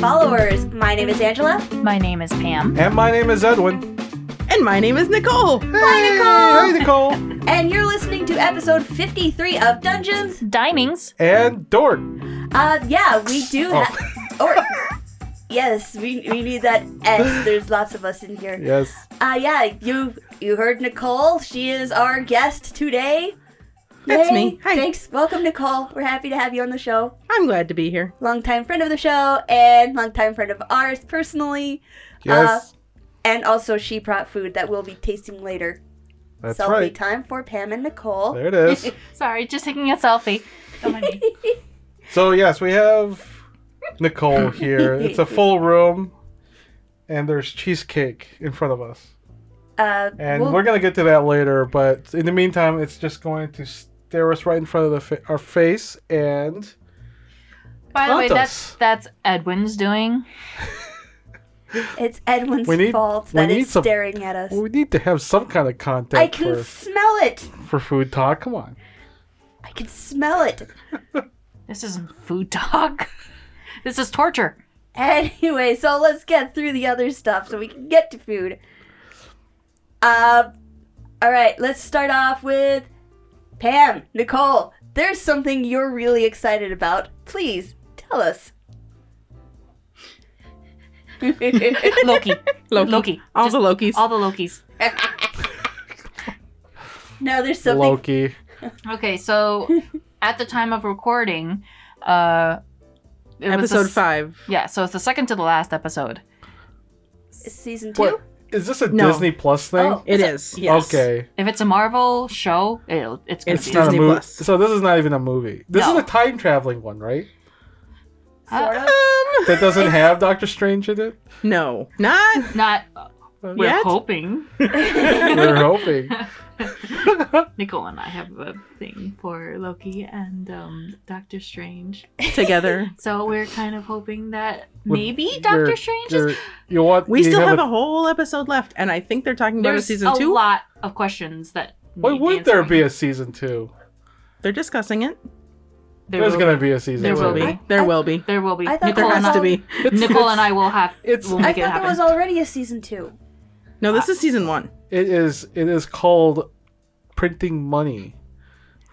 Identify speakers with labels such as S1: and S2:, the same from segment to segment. S1: followers. My name is Angela.
S2: My name is Pam.
S3: And my name is Edwin.
S4: And my name is Nicole.
S3: Hey, hey Nicole.
S1: And you're listening to episode 53 of Dungeons.
S2: Dinings.
S3: and Dork.
S1: Uh, yeah, we do
S3: Oh.
S1: have. Or. Yes, we, we need that S. There's lots of us in here.
S3: Yes.
S1: Uh, yeah, you you heard Nicole. She is our guest today.
S4: That's
S1: Yay.
S4: me. Hi.
S1: Thanks. Welcome, Nicole. We're happy to have you on the show.
S4: I'm glad to be here.
S1: Longtime friend of the show and longtime friend of ours personally.
S3: Yes.
S1: And also, she brought food that we'll be tasting later.
S3: that's
S1: so it'll be
S3: right.
S1: time for Pam and Nicole.
S3: There it is.
S2: Sorry, just taking a selfie. Don't mind me.
S3: so yes, we have Nicole here. It's a full room, and there's cheesecake in front of us.
S1: Uh,
S3: And
S1: we'll-
S3: we're gonna get to that later. But in the meantime, it's just going to stare us right in front of the fa- our face and
S2: By the way,
S3: Taunt
S2: that's
S3: us.
S2: that's Edwin's doing.
S1: it's Edwin's
S3: We need-
S1: fault
S3: we
S1: that
S3: need
S1: it's
S3: some-
S1: staring at us.
S3: well, we need to have some kind of content
S1: I can
S3: for
S1: smell it.
S3: for food talk. Come on.
S1: I can smell it.
S2: This isn't food talk. This is torture.
S1: Anyway, so let's get through the other stuff so we can get to food. Uh, all right, let's start off with Pam, Nicole. There's something you're really excited about. Please tell us.
S2: Loki.
S4: Loki.
S2: Loki.
S4: All
S2: Just
S4: the Lokis.
S2: All the Lokis.
S1: no, there's something.
S3: Loki.
S2: Okay, so at the time of recording, uh it was the
S4: Episode
S2: s-
S4: five.
S2: Yeah, so it's the second to the last episode.
S1: Season two.
S3: What is this a
S4: No.
S3: Disney Plus thing?
S1: Oh,
S4: It is. Yes.
S3: Okay.
S2: If it's a Marvel show, it'll, it's gonna
S4: It's
S2: be.
S3: It's not a
S4: Disney
S3: movie.
S4: Plus.
S3: So this is not even a movie. This
S2: No.
S3: is a time traveling one, right?
S1: Sort of.
S4: Um,
S3: That doesn't have Doctor Strange in it.
S4: no, not
S2: not. We're
S4: Yet?
S2: hoping.
S3: We're hoping.
S2: Nicole and I have a thing for Loki and um, Doctor Strange.
S4: together.
S2: So we're kind of hoping that
S3: With
S2: maybe
S3: your-
S2: Doctor Strange is.
S3: You're- You want?
S4: We
S3: you
S4: still have,
S3: a-
S4: a whole episode left, and I think they're talking about a
S2: There's
S4: season
S2: a
S4: two.
S2: lot of questions that.
S3: Why
S2: need
S3: would there be
S2: answering.
S3: a season two?
S4: They're discussing it.
S2: There
S3: There's
S2: will
S3: gonna be a season.
S2: There
S4: There
S3: two.
S2: will
S4: will be.
S2: be.
S4: There
S1: I-
S4: will be.
S2: There will be.
S1: I thought
S4: There
S2: Nicole
S1: there
S2: and
S4: has
S1: was
S2: I.
S4: to be.
S3: It's-
S2: Nicole and I will have.
S3: It's-
S2: we'll
S1: I
S2: make it
S1: thought there
S2: happen.
S1: was already a season two.
S4: No, this is season one.
S3: It is. It is called printing money.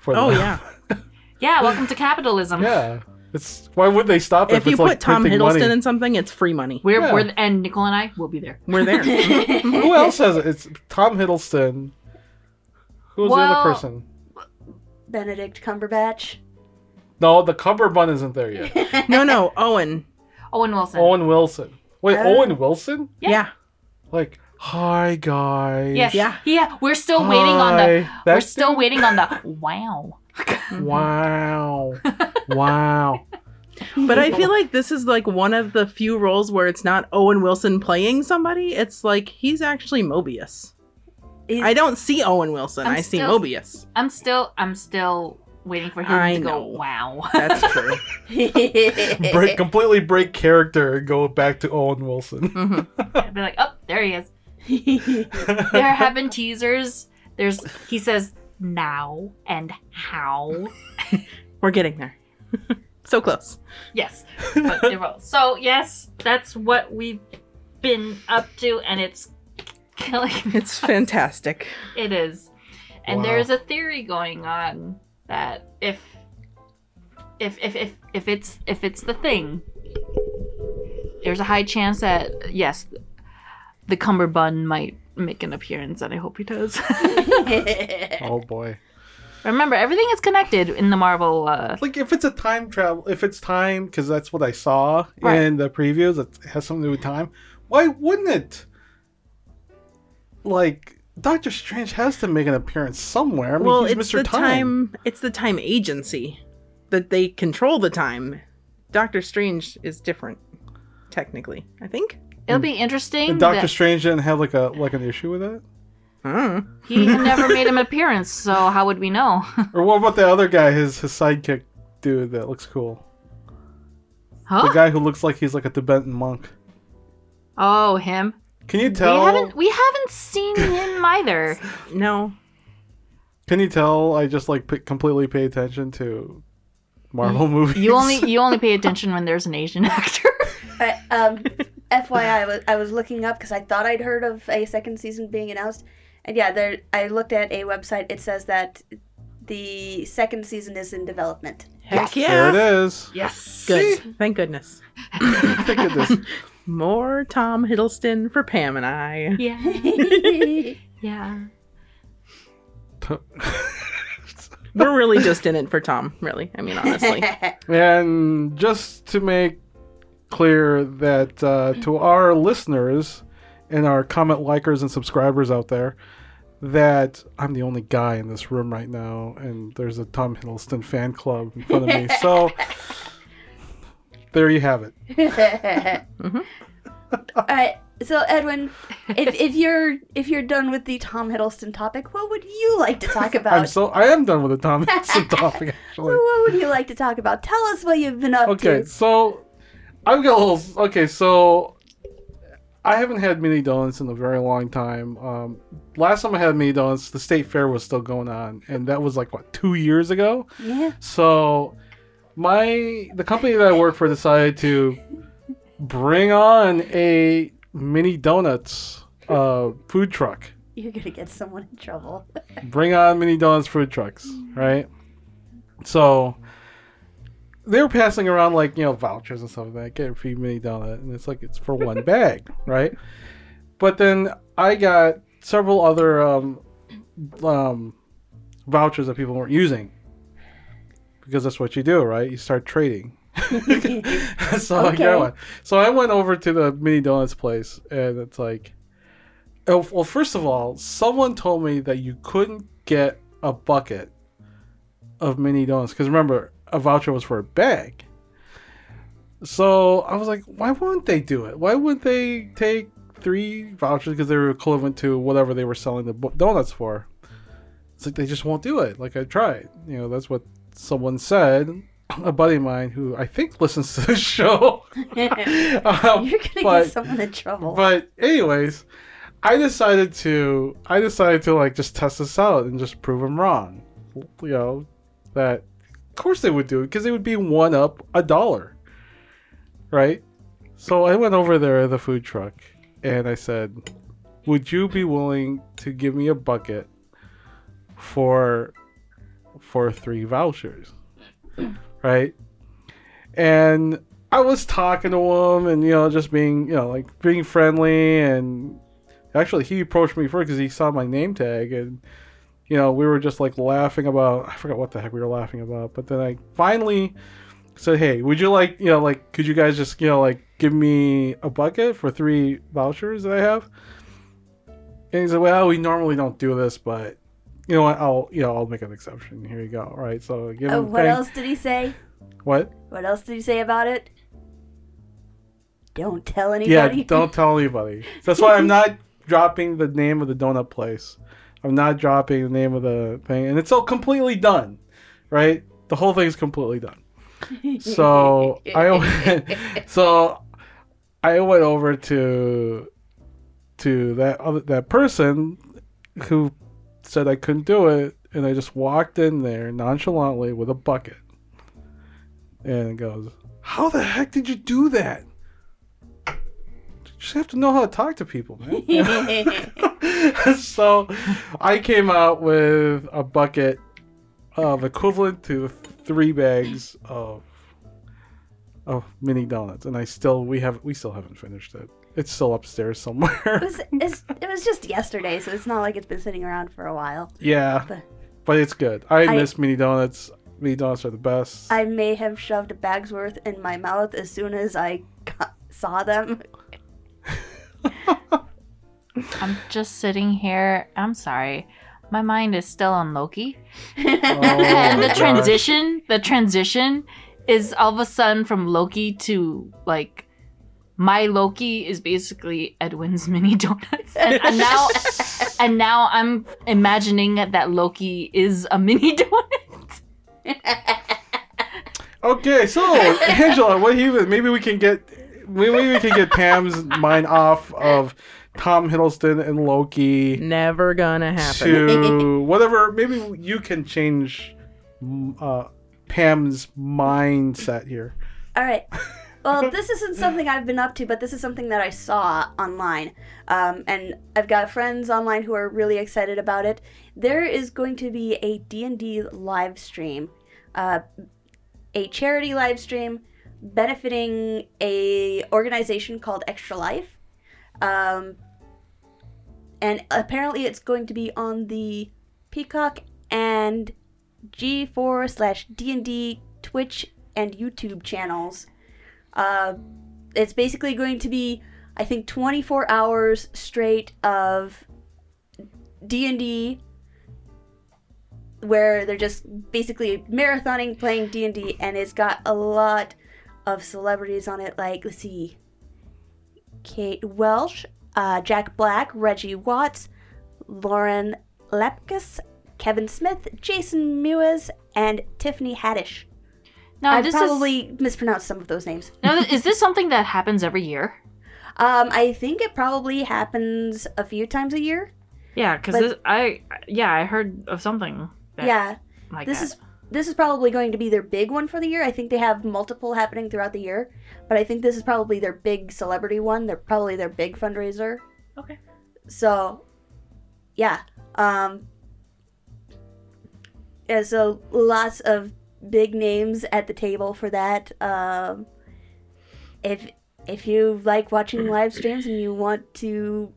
S3: For
S4: Oh
S3: them.
S4: yeah.
S2: yeah, welcome to capitalism.
S3: yeah. It's why would they stop if,
S4: If you
S3: it's
S4: put
S3: like
S4: Tom
S3: printing
S4: Hiddleston
S3: money?
S4: in something, it's free money.
S2: We're,
S3: Yeah.
S2: we're and Nicole and I will be there.
S4: We're there.
S3: Who else has it? It's Tom Hiddleston. Who's the
S2: Well-
S3: other person?
S1: Benedict Cumberbatch.
S3: No, the Cumberbund isn't there yet.
S4: no, no, Owen.
S2: Owen Wilson. Uh,
S3: Owen Wilson. Wait,
S1: Oh.
S3: Owen Wilson?
S2: Yeah.
S4: Yeah.
S3: Like, hi guys.
S2: Yes.
S4: Yeah.
S2: Yeah. We're still waiting on the.
S3: Hi.
S2: We're
S3: That's-
S2: still waiting on the. Wow.
S3: Wow. wow.
S4: But I feel like this is like one of the few roles where it's not Owen Wilson playing somebody. It's like he's actually Mobius.
S1: He's-
S4: I don't see Owen Wilson.
S2: I'm
S4: i see
S2: still-
S4: Mobius.
S2: I'm still. I'm still waiting for him
S4: I
S2: to go.
S4: know.
S2: Wow.
S4: That's true.
S3: Break completely break character and go back to Owen Wilson.
S4: Mhm.
S2: I'd be like, oh, there he is. There have been teasers. There's he says now and how.
S4: We're getting there. so close.
S2: Yes, but they're wrong. So yes, that's what we've been up to, and it's killing.
S4: It's fantastic.
S2: It is, and
S3: Wow.
S2: there's a theory going on that if if if if if it's if it's the thing, there's a high chance that yes, the cummerbund might make an appearance, and I hope he does.
S3: oh boy.
S2: Remember, everything is connected in the Marvel. Uh,
S3: Like if it's a time travel, if it's time cuz that's what I saw
S2: Right.
S3: in the previews that has something to do with time, why wouldn't it? Like Doctor Strange has to make an appearance somewhere. I mean,
S4: well,
S3: he's
S4: it's
S3: Mr.
S4: the time. It's the time agency that they control the time. Doctor Strange is different, technically. I think.
S2: it'll be interesting
S3: And Mm. Doctor
S2: that
S3: Strange didn't have like a like an issue with that?
S4: I don't know.
S2: he never made an appearance, so how would we know?
S3: Or what about the other guy, his his sidekick dude that looks cool? The
S2: huh?
S3: guy who looks like he's like a Tibetan monk.
S2: Oh, him.
S3: Can you
S2: We
S3: tell?
S2: haven't we haven't seen him either.
S4: No.
S3: Can you tell? I just like p- completely pay attention to Marvel movies.
S2: You only you only pay attention when there's an Asian actor.
S1: I, um, FYI, I was, I was looking up because I thought I'd heard of a second season being announced, and yeah, there I looked at a website. It says that the second season is in development.
S4: Heck
S3: There
S4: yeah.
S3: it is.
S2: Yes.
S4: Good. Thank goodness.
S3: Look at this.
S4: More Tom Hiddleston for Pam and I.
S2: Yeah. Yeah.
S4: We're really just in it for Tom, really. I mean, honestly.
S3: And just to make clear that uh, to our listeners and our comment likers and subscribers out there, that I'm the only guy in this room right now, and there's a Tom Hiddleston fan club in front of me. So there you have it. Mm-hmm.
S1: All right. Mm-hmm. So Edwin, if, if you're if you're done with the Tom Hiddleston topic, what would you like to talk about?
S3: I'm so I am done with the Tom Hiddleston topic actually.
S1: what would you like to talk about? Tell us what you've been up
S3: Okay,
S1: to.
S3: so I've got a little. Okay, so I haven't had mini donuts in a very long time. Um, last time I had mini donuts, the state fair was still going on, and that was like what two years ago.
S1: Yeah.
S3: So my the company that I work for decided to bring on a mini donuts uh, food truck.
S1: You're gonna get someone in trouble.
S3: Bring on mini donuts food trucks, right? So they were passing around like you know vouchers and stuff like that. Get a free mini donut, and it's like it's for one bag, right? But then I got several other um, um, vouchers that people weren't using because that's what you do, right? You start trading. so I
S1: Okay.
S3: got one. So I went over to the mini donuts place, and it's like, oh, well, first of all, someone told me that you couldn't get a bucket of mini donuts because remember a voucher was for a bag so i was like why wouldn't they do it why wouldn't they take three vouchers because they were equivalent to whatever they were selling the bu- donuts for it's like they just won't do it like i tried you know that's what someone said a buddy of mine who i think listens to the show
S1: You're
S3: um,
S1: gonna
S3: but-
S1: get someone in trouble.
S3: but anyways, I decided to I decided to like just test this out and just prove them wrong. You know that of course they would do it because they would be one up a dollar, right? So I went over there at the food truck and I said, "Would you be willing to give me a bucket for for three vouchers?" Right? And I was talking to him and you know just being you know like being friendly and actually he approached me first because he saw my name tag and you know we were just like laughing about I forgot what the heck we were laughing about but then I finally said hey would you like you know like could you guys just you know like give me a bucket for three vouchers that I have and he said well we normally don't do this but you know what I'll you know I'll make an exception here you go All right so give him
S1: Uh,
S3: a
S1: what
S3: thing.
S1: else did he say?
S3: what
S1: What else did he say about it? Don't tell
S3: Yeah,
S1: anybody.
S3: don't tell anybody. So that's why I'm not dropping the name of the donut place. I'm not dropping the name of the thing, and it's all completely done, right? The whole thing's completely done. So I went, so I went over to to that other, that person who said I couldn't do it, and I just walked in there nonchalantly with a bucket, and goes, "How the heck did you do that?" You just have to know how to talk to people, man. so I came out with a bucket of equivalent to three bags of of mini donuts, and I still we have we still haven't finished it. It's still upstairs
S1: It
S3: somewhere.
S1: was, it's, it was just yesterday, so it's not like it's been sitting around for a while.
S3: yeah, but it's good. I,
S1: I-
S3: miss mini donuts. Mini donuts are the best.
S1: I may have shoved a bag's worth in my mouth as soon as I got, saw them.
S2: I'm just sitting here. I'm sorry. My mind is still on Loki.
S3: Oh
S2: and
S3: my
S2: the
S3: gosh.
S2: transition, the transition is all of a sudden from Loki to like my Loki is basically Edwin's mini donuts. And, and now and now I'm imagining that Loki is a mini donut.
S3: Okay, so Angela, what he was maybe we can get maybe we can get Pam's mind off of Tom Hiddleston and Loki
S4: Never gonna happen.
S3: to whatever. Maybe you can change mm, uh, Pam's mindset here.
S1: All right. Well, this isn't something I've been up to, but this is something that I saw online. Um, and I've got friends online who are really excited about it. There is going to be a D&D live stream, uh, a charity live stream benefiting a organization called Extra Life. Um, and apparently it's going to be on the Peacock and G4 slash D&D Twitch and YouTube channels. Uh, it's basically going to be, I think, 24 hours straight of D and D, where they're just basically marathoning playing D and D, and it's got a lot of celebrities on it. Like, let's see, Kate Welsh, uh, Jack Black, Reggie Watts, Lauren Lepkus, Kevin Smith, Jason Mewes, and Tiffany Haddish.
S2: Now,
S1: I
S2: this is,
S1: probably mispronounced some of those names.
S2: now, is this something that happens every year?
S1: Um, I think it probably happens a few times a year.
S2: Yeah, because
S1: But-
S2: I yeah I heard of something. That,
S1: yeah,
S2: like
S1: this
S2: that.
S1: is this is probably going to be their big one for the year. I think they have multiple happening throughout the year, but I think this is probably their big celebrity one. They're probably their big fundraiser.
S2: Okay.
S1: So, yeah. Um, yeah, so lots of big names at the table for that. Um, if if you like watching live streams and you want to,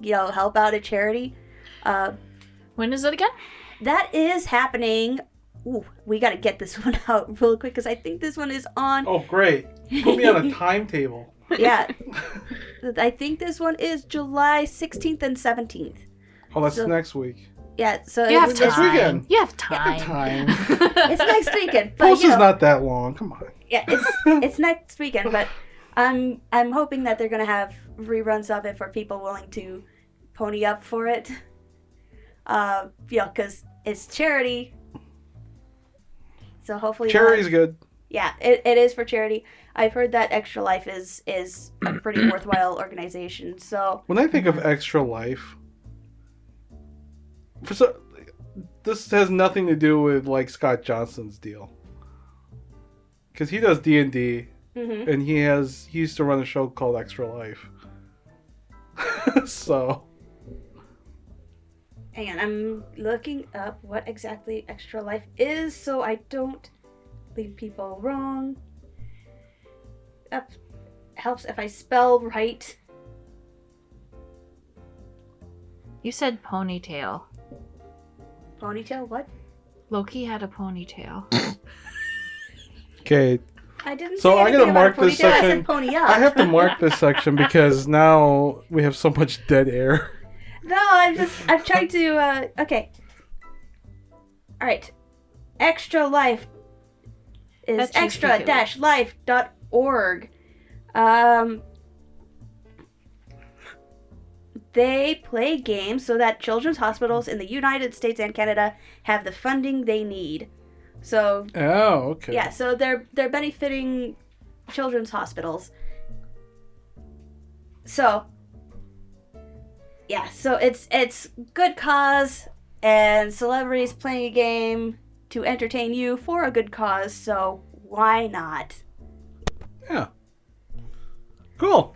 S1: you know, help out a charity, uh,
S2: when is it again?
S1: that is happening. Ooh, we gotta get this one out real quick because I think this one is on.
S3: Oh, great. Put me on a timetable.
S1: yeah, I think this one is July 16th and 17th.
S3: Oh, that's
S1: So-
S3: next week.
S1: Yeah, so
S2: You have
S1: it's, it's,
S3: next
S2: time.
S3: weekend.
S2: You have
S3: I got
S2: time.
S3: time.
S1: it's next weekend. But
S3: Post
S1: you
S3: is
S1: know,
S3: not that long. Come on.
S1: yeah, it's it's next weekend. But I'm I'm hoping that they're gonna have reruns of it for people willing to pony up for it. Uh, yeah, because it's charity. So hopefully, they'll-
S3: Cherry's good.
S1: Yeah, it, it is for charity. I've heard that Extra Life is is a pretty worthwhile organization. So
S3: When I think of extra life, for so, this has nothing to do with like Scott Johnson's deal, because he does D and D,
S1: mhm.
S3: and he has he used to run a show called Extra Life. so
S1: hang on, I'm looking up what exactly Extra Life is, so I don't lead people wrong. Up helps if I spell right.
S2: you said ponytail.
S1: Ponytail, what?
S2: Loki had a ponytail.
S3: okay,
S1: I didn't.
S3: So
S1: say
S3: I gotta
S1: anything about
S3: mark this
S1: ponytail, I
S3: section.
S1: said pony up.
S3: I have to mark this section because now we have so much dead air.
S1: No, I'm just I'm trying to uh okay. Alright. Extra life is
S2: That's just
S1: extra dash life dot org. Um they play games so that children's hospitals in the United States and Canada have the funding they need. So
S3: Oh, okay.
S1: yeah, so they're they're benefiting children's hospitals. So yeah, so it's it's good cause and celebrities playing a game to entertain you for a good cause, so why not?
S3: Cool.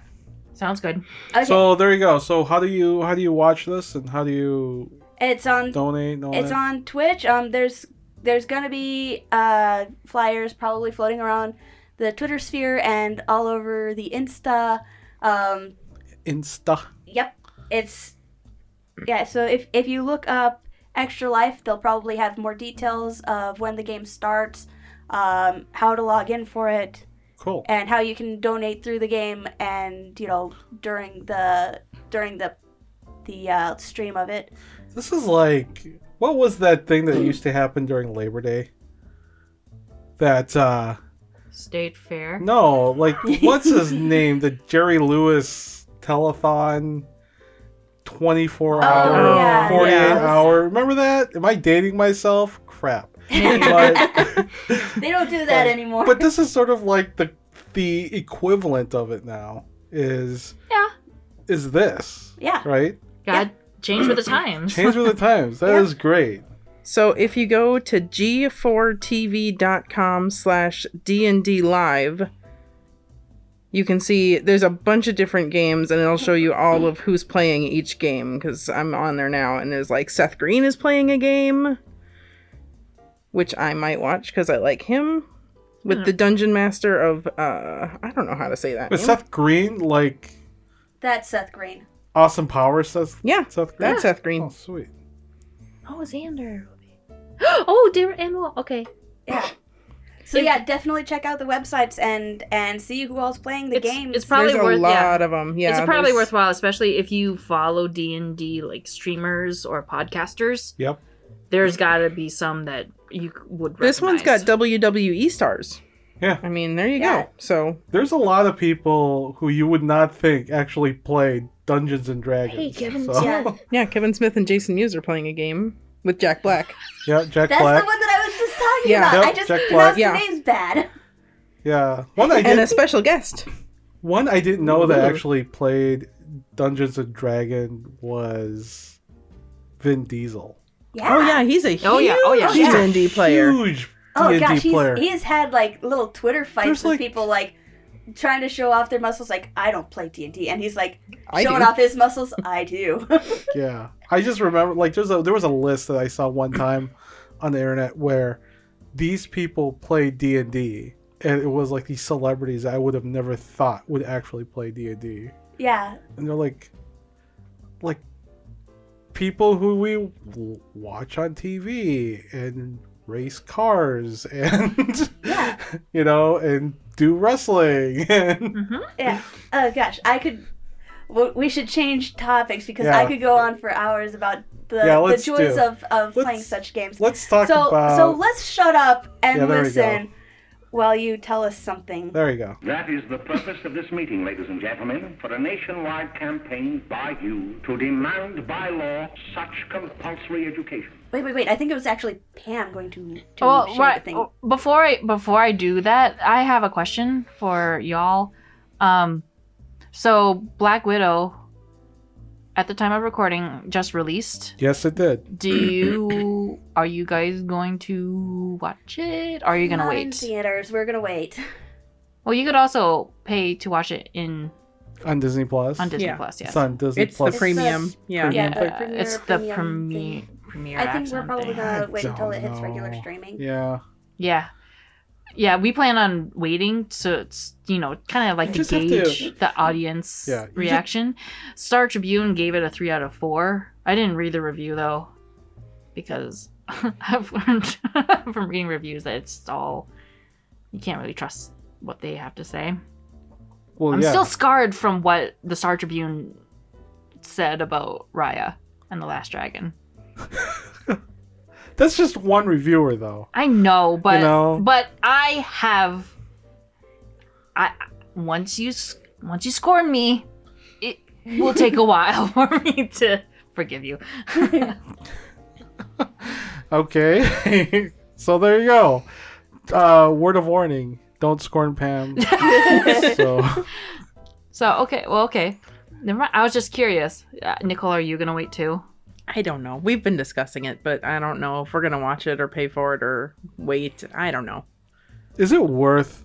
S2: Sounds good.
S1: Okay.
S3: So there you go. So how do you how do you watch this and how do you
S1: it's on
S3: donate? And all
S1: it's
S3: that?
S1: on Twitch. Um there's there's gonna be uh flyers probably floating around the Twitter sphere and all over the Insta. Um
S3: Insta.
S1: Yep. It's yeah, so if if you look up Extra Life, they'll probably have more details of when the game starts, um, how to log in for it,
S3: Cool.
S1: and how you can donate through the game and, you know, during the during the the uh, stream of it.
S3: This is like what was that thing that used to happen during Labor Day? That uh
S2: State fair.
S3: no, like what's his name? The Jerry Lewis telethon 24 hour,
S1: Oh, yeah,
S3: 48
S1: yeah.
S3: hour. Remember that? Am I dating myself? Crap. But
S1: They don't do that
S3: But-
S1: anymore.
S3: but this is sort of like the the equivalent of it now is
S2: Yeah.
S3: is this,
S1: yeah.
S3: right?
S2: God, change with the times.
S3: Change with the times. That is
S1: Yeah.
S3: great.
S4: So if you go to g4tv.com slash D&D live, you can see there's a bunch of different games and it'll show you all of who's playing each game because i'm on there now and there's like seth green is playing a game which i might watch because i like him with the dungeon master of uh i don't know how to say that
S3: But
S4: name.
S3: Seth Green, like
S1: That's Seth Green.
S3: Awesome Power, Seth.
S4: yeah
S3: Seth Green.
S4: that's seth green
S3: Oh, sweet.
S2: Oh, Xander. Oh, dear animal. Okay.
S1: Yeah. So yeah, definitely check out the websites and and see who all's playing the
S2: It's-
S1: games.
S2: it's probably
S4: there's a
S2: worth- yeah.
S4: lot of them yeah
S2: it's probably
S4: there's-
S2: worthwhile, especially if you follow D and D like streamers or podcasters.
S3: Yep.
S2: There's got to be some that you would.
S4: this one's got
S2: recognize.
S4: wwe stars
S3: Yeah.
S4: i mean there you
S1: Yeah.
S4: go so
S3: There's a lot of people who you would not think actually play Dungeons and Dragons.
S2: Hey, Kevin,
S1: yeah.
S4: yeah kevin smith and jason muse are playing a game with jack black
S3: yeah, Jack
S1: That's
S3: Black.
S1: the one that I was just talking
S4: Yeah.
S1: about.
S3: Yep,
S1: I just
S3: Jack
S1: pronounced
S4: Black.
S1: the names
S3: Oh,
S1: bad.
S3: Yeah, one I did.
S4: and a special guest
S3: One I didn't know that
S4: Ooh.
S3: actually played Dungeons and Dragon was Vin Diesel.
S1: Yeah.
S4: oh yeah he's a huge
S2: Oh, yeah. Oh, yeah.
S1: He's a
S4: d&d player
S3: Huge
S1: Oh
S3: D&D
S1: gosh,
S3: player.
S1: he's, he's had like little Twitter fights
S3: There's,
S1: with
S3: like-
S1: people like trying to show off their muscles. Like I don't play D and D, and he's like
S4: I
S1: showing
S4: do.
S1: off his muscles. I do.
S3: Yeah, I just remember like there's a there was a list that I saw one time on the internet where these people play D and D, and it was like these celebrities I would have never thought would actually play D and D,
S1: yeah,
S3: and they're like, like people who we w- watch on TV and race cars and
S1: Yeah.
S3: you know and do wrestling and
S2: Mhm.
S1: yeah. Oh gosh, I could. w- We should change topics because I
S3: Yeah.
S1: could go on for hours about the,
S3: Yeah,
S1: the
S3: let's
S1: joys
S3: do.
S1: of, of
S3: Let's
S1: playing such games.
S3: let's talk
S1: so
S3: about
S1: so let's shut up and
S3: Yeah, there we go.
S1: listen while you tell us something.
S3: there you go
S5: That is the purpose of this meeting, ladies and gentlemen, for a nationwide campaign by you to demand by law such compulsory education.
S1: Wait, wait, wait. I think it was actually Pam going to, to
S2: Well,
S1: share the
S2: right,
S1: thing.
S2: oh, before I before I do that, I have a question for y'all. Um, so Black Widow, at the time of recording, just released.
S3: yes it did
S2: Do you are you guys going to watch it? Or are you gonna
S1: Not In
S2: wait?
S1: theaters, we're gonna wait.
S2: Well, you could also pay to watch it in
S3: on Disney Plus
S2: on Disney
S4: Yeah.
S2: Plus. Yes.
S3: It's on Disney
S4: it's the
S3: Plus.
S1: It's
S4: premium yeah
S3: premium.
S2: yeah,
S1: Yeah, the
S2: it's the
S1: premiere,
S2: premiere.
S1: premium
S2: Premiere
S1: I think we're
S2: accent
S1: probably
S2: thing.
S1: gonna
S3: I
S1: wait until it
S3: don't
S1: hits regular
S3: know.
S1: streaming.
S3: Yeah.
S2: Yeah. Yeah, we plan on waiting, so it's you know kind of like to
S3: just have to-
S2: gauge the audience
S3: Yeah, you just-
S2: reaction. Star Tribune gave it a three out of four. I didn't read the review though, because I've learned from reading reviews that it's all you can't really trust what they have to say.
S3: Well,
S2: I'm
S3: yeah.
S2: still scarred from what the Star Tribune said about Raya and the Last Dragon.
S3: That's just one reviewer, though.
S2: I know, but
S3: know?
S2: but I have I once you s- once you scorn me, it will take a while for me to forgive you.
S3: Okay. so there you go. Uh, word of warning: Don't scorn Pam. so
S2: So okay, well okay. Never mind. I was just curious. Uh, Nicole, are you gonna wait too?
S4: I don't know. We've been discussing it, but I don't know if we're gonna watch it or pay for it or wait. I don't know.
S3: is it worth?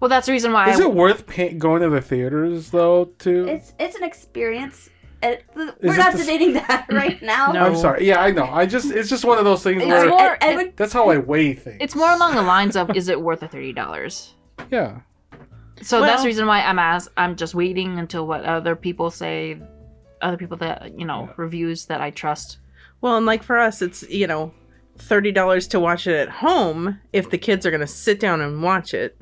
S2: Well, that's the reason why.
S3: Is
S2: I,
S3: it worth pay- going to the theaters though? To
S1: It's it's an experience. It, th-
S3: Is
S1: we're
S3: it
S1: not
S3: the s-
S1: debating that right now.
S4: No.
S3: I'm sorry. Yeah, I know. I just it's just one of those things
S1: It's
S3: where
S2: more-
S1: I, I would,
S3: that's how I weigh things.
S2: it's more along the lines of is it worth the thirty dollars?
S3: yeah.
S2: So that's
S4: Well-
S2: the reason why I'm asked. I'm just waiting until what other people say, other people that you know reviews that I trust.
S4: Well, and like for us, it's you know, thirty dollars to watch it at home if the kids are gonna sit down and watch it,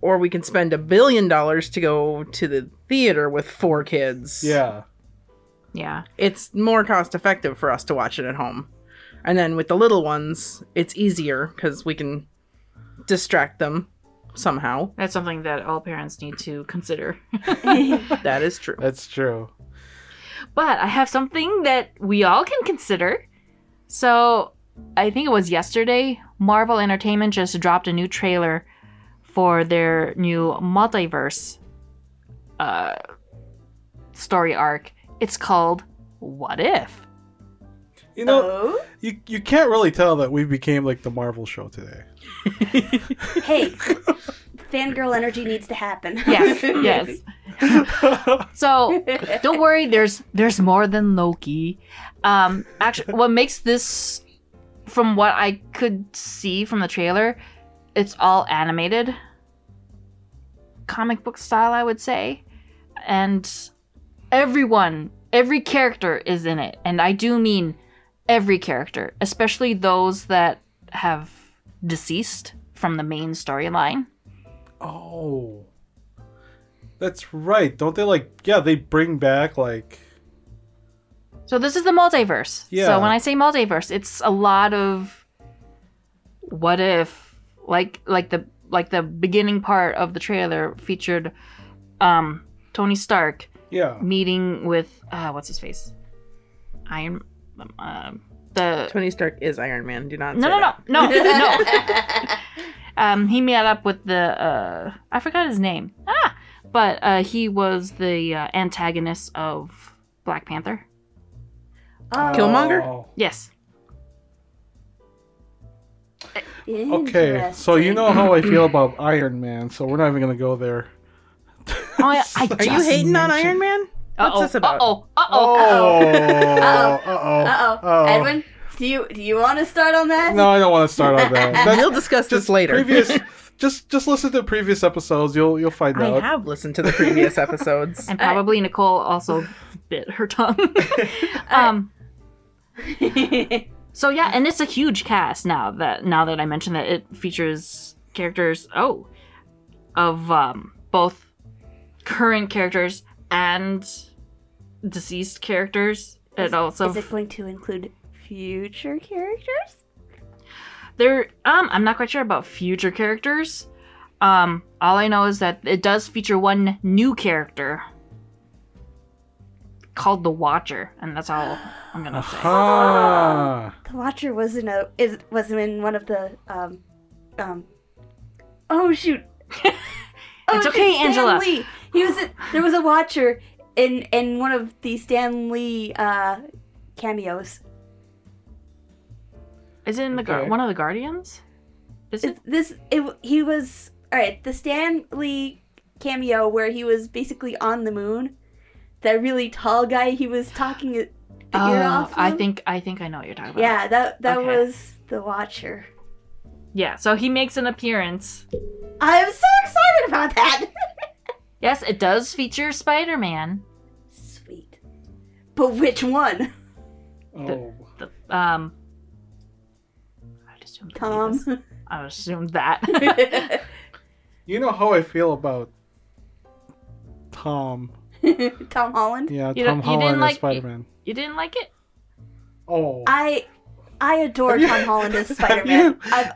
S4: or we can spend a billion dollars to go to the theater with four kids.
S3: Yeah.
S2: Yeah,
S4: it's more cost effective for us to watch it at home, and then with the little ones, it's easier because we can distract them somehow.
S2: that's something that all parents need to consider.
S4: That is true.
S3: That's true.
S2: But I have something that we all can consider. So I think it was yesterday, Marvel Entertainment just dropped a new trailer for their new multiverse uh, story arc. It's called What If?
S3: You know,
S1: Oh.
S3: you you can't really tell that we became like the Marvel show today.
S1: hey, fangirl energy needs to happen.
S2: Yes, yes. So don't worry, there's there's more than Loki. Um, actually, what makes this, from what I could see from the trailer, it's all animated, comic book style, I would say, and everyone, every character is in it, and I do mean every character, especially those that have deceased from the main storyline.
S3: Oh. That's right. Don't they like yeah, they bring back like
S2: So this is the multiverse.
S3: Yeah.
S2: So when I say multiverse, it's a lot of what if like like the like the beginning part of the trailer featured um Tony Stark
S3: yeah.
S2: meeting with uh what's his face? Iron um the
S4: Tony Stark is Iron Man. Do not.
S2: No,
S4: say
S2: no, no.
S4: that.
S2: No, no. Um he met up with the uh I forgot his name. Ah, but uh he was the uh, antagonist of Black Panther.
S1: Oh,
S4: Killmonger?
S3: Oh.
S2: Yes.
S3: Okay. So you
S1: interesting.
S3: know how I feel about Iron Man, so we're not even going to go there.
S2: Oh, I, I
S4: Are you
S2: just
S4: hating on
S2: mentioned-
S4: Iron Man? What's
S2: Uh-oh,
S4: this about?
S2: Uh-oh, uh-oh.
S3: Oh.
S1: Uh-oh. Uh
S3: Uh-oh.
S1: oh. Edwin, do you do you want to start on that?
S3: No, I don't want to start on that. That's
S4: We'll discuss this later.
S3: previous just just listen to previous episodes. You'll you'll find
S4: I
S3: out.
S4: have listened to the previous episodes.
S2: And probably Nicole also bit her tongue. um, so yeah, and it's a huge cast now that now that I mentioned that it features characters oh of um, both current characters and deceased characters. It also
S1: Is it going to include future characters?
S2: There, um, I'm not quite sure about future characters. Um, all I know is that it does feature one new character called the Watcher, and that's all I'm gonna
S3: Uh-huh.
S2: say.
S3: Ah.
S1: The Watcher was in a is was in one of the um um. Oh shoot! Oh,
S2: It's
S1: shoot,
S2: okay,
S1: Stan
S2: Angela.
S1: Lee. He was in, there was a Watcher in in one of the Stan Lee uh, cameos.
S2: Is it in the Guar-
S3: Okay.
S2: one of the Guardians? Is it?
S1: It- this it, he was all right. The Stan Lee cameo where he was basically on the moon. That really tall guy. He was talking it- the ear
S2: Oh,
S1: off.
S2: I
S1: him.
S2: think I think I know what you're talking about.
S1: Yeah, that that
S2: Okay.
S1: was the Watcher.
S2: yeah. So he makes an appearance.
S1: I'm so excited about that.
S2: Yes, it does feature Spider-Man,
S1: Sweet. But which one?
S3: Oh.
S2: the um. I would assume that he
S1: Tom.
S2: was- I would assume that.
S3: You know how I feel about Tom.
S1: Tom Holland.
S3: Yeah,
S2: You don't-
S3: Tom
S2: you
S3: Holland
S2: didn't
S3: as
S2: like-
S3: Spider-Man.
S2: you didn't like it?
S3: Oh.
S1: I I adore
S3: Have you-
S1: Tom Holland as Spider Man.
S3: you-
S1: I've...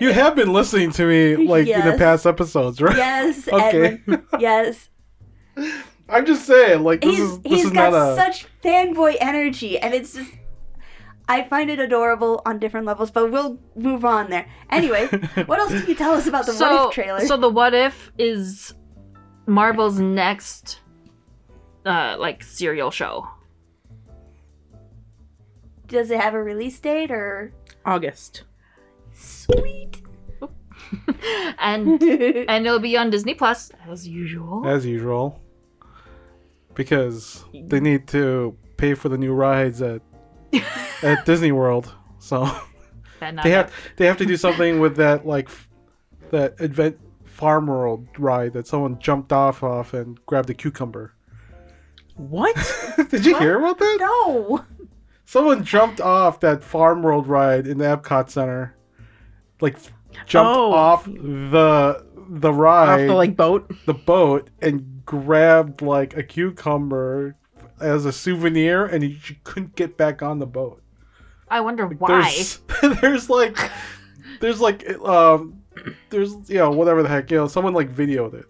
S3: You have been listening to me like in the
S1: Yes.
S3: past episodes, right?
S1: yes,
S3: Okay.
S1: Edwin. Yes.
S3: I'm just saying, like this
S1: he's
S3: is this
S1: he's
S3: is
S1: got
S3: not a
S1: such fanboy energy and it's just I find it adorable on different levels, but we'll move on there. Anyway, what else can you tell us about the What If trailer?
S2: So the what if is Marvel's next uh like serial show.
S1: Does it have a release date or
S4: August.
S1: sweet?
S2: and and it'll be on Disney Plus as usual.
S3: as usual. Because they need to pay for the new rides at at Disney World. So
S2: That not-
S3: they have they have to do something with that like f- that advent farm world ride that someone jumped off off and grabbed a cucumber.
S4: What?
S3: Did you hear about that?
S1: no.
S3: Someone jumped off that Farm World ride in the Epcot Center, like jumped
S4: Oh.
S3: off the the
S4: Off
S3: ride,
S4: the like boat.
S3: the boat, and grabbed like a cucumber as a souvenir, and he she couldn't get back on the boat.
S2: I wonder why.
S3: There's, there's like, there's like, um, there's you know whatever the heck you know someone like videoed it,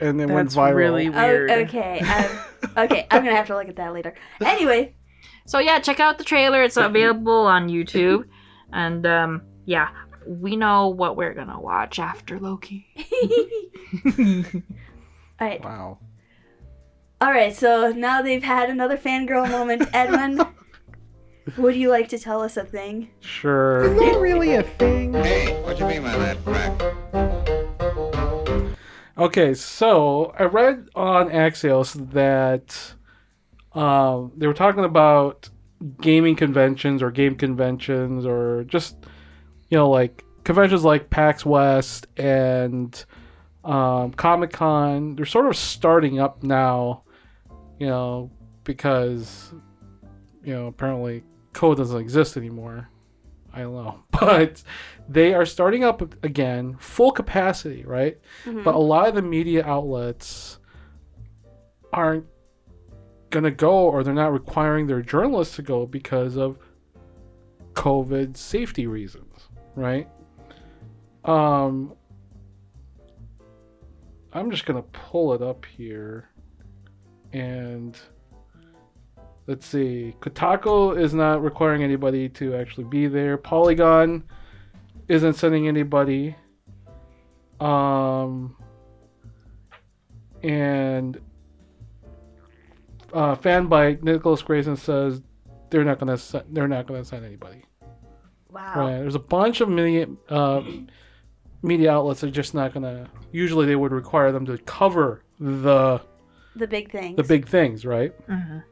S3: and it went
S4: That's
S3: viral.
S4: really
S1: Oh,
S4: weird.
S1: okay. Um, okay, I'm gonna have to look at that later. Anyway,
S2: So yeah, check out the trailer. It's available on YouTube. And um yeah, we know what we're gonna watch after Loki.
S1: all right,
S3: wow.
S1: all right. So now they've had another fangirl moment. Edwin, would you like to tell us a thing?
S3: Sure.
S4: Not really a thing.
S6: Hey, what you mean by that, Crack?
S3: Okay, so I read on Axios that um, they were talking about gaming conventions or game conventions or just you know like conventions like PAX West and um, Comic Con. They're sort of starting up now, you know, because you know apparently code doesn't exist anymore. I don't know, but they are starting up again, full capacity, right?
S1: Mhm.
S3: but a lot of the media outlets aren't gonna go or they're not requiring their journalists to go because of covid safety reasons right um i'm just gonna pull it up here and let's see kotaku is not requiring anybody to actually be there polygon isn't sending anybody um, and uh, fan by Nicholas Grayson says they're not gonna se- they're not gonna sign anybody.
S1: wow.
S3: Right? There's a bunch of media uh, media outlets that are just not gonna. Usually, they would require them to cover the
S1: The big things.
S3: the big things, right?
S2: Mhm.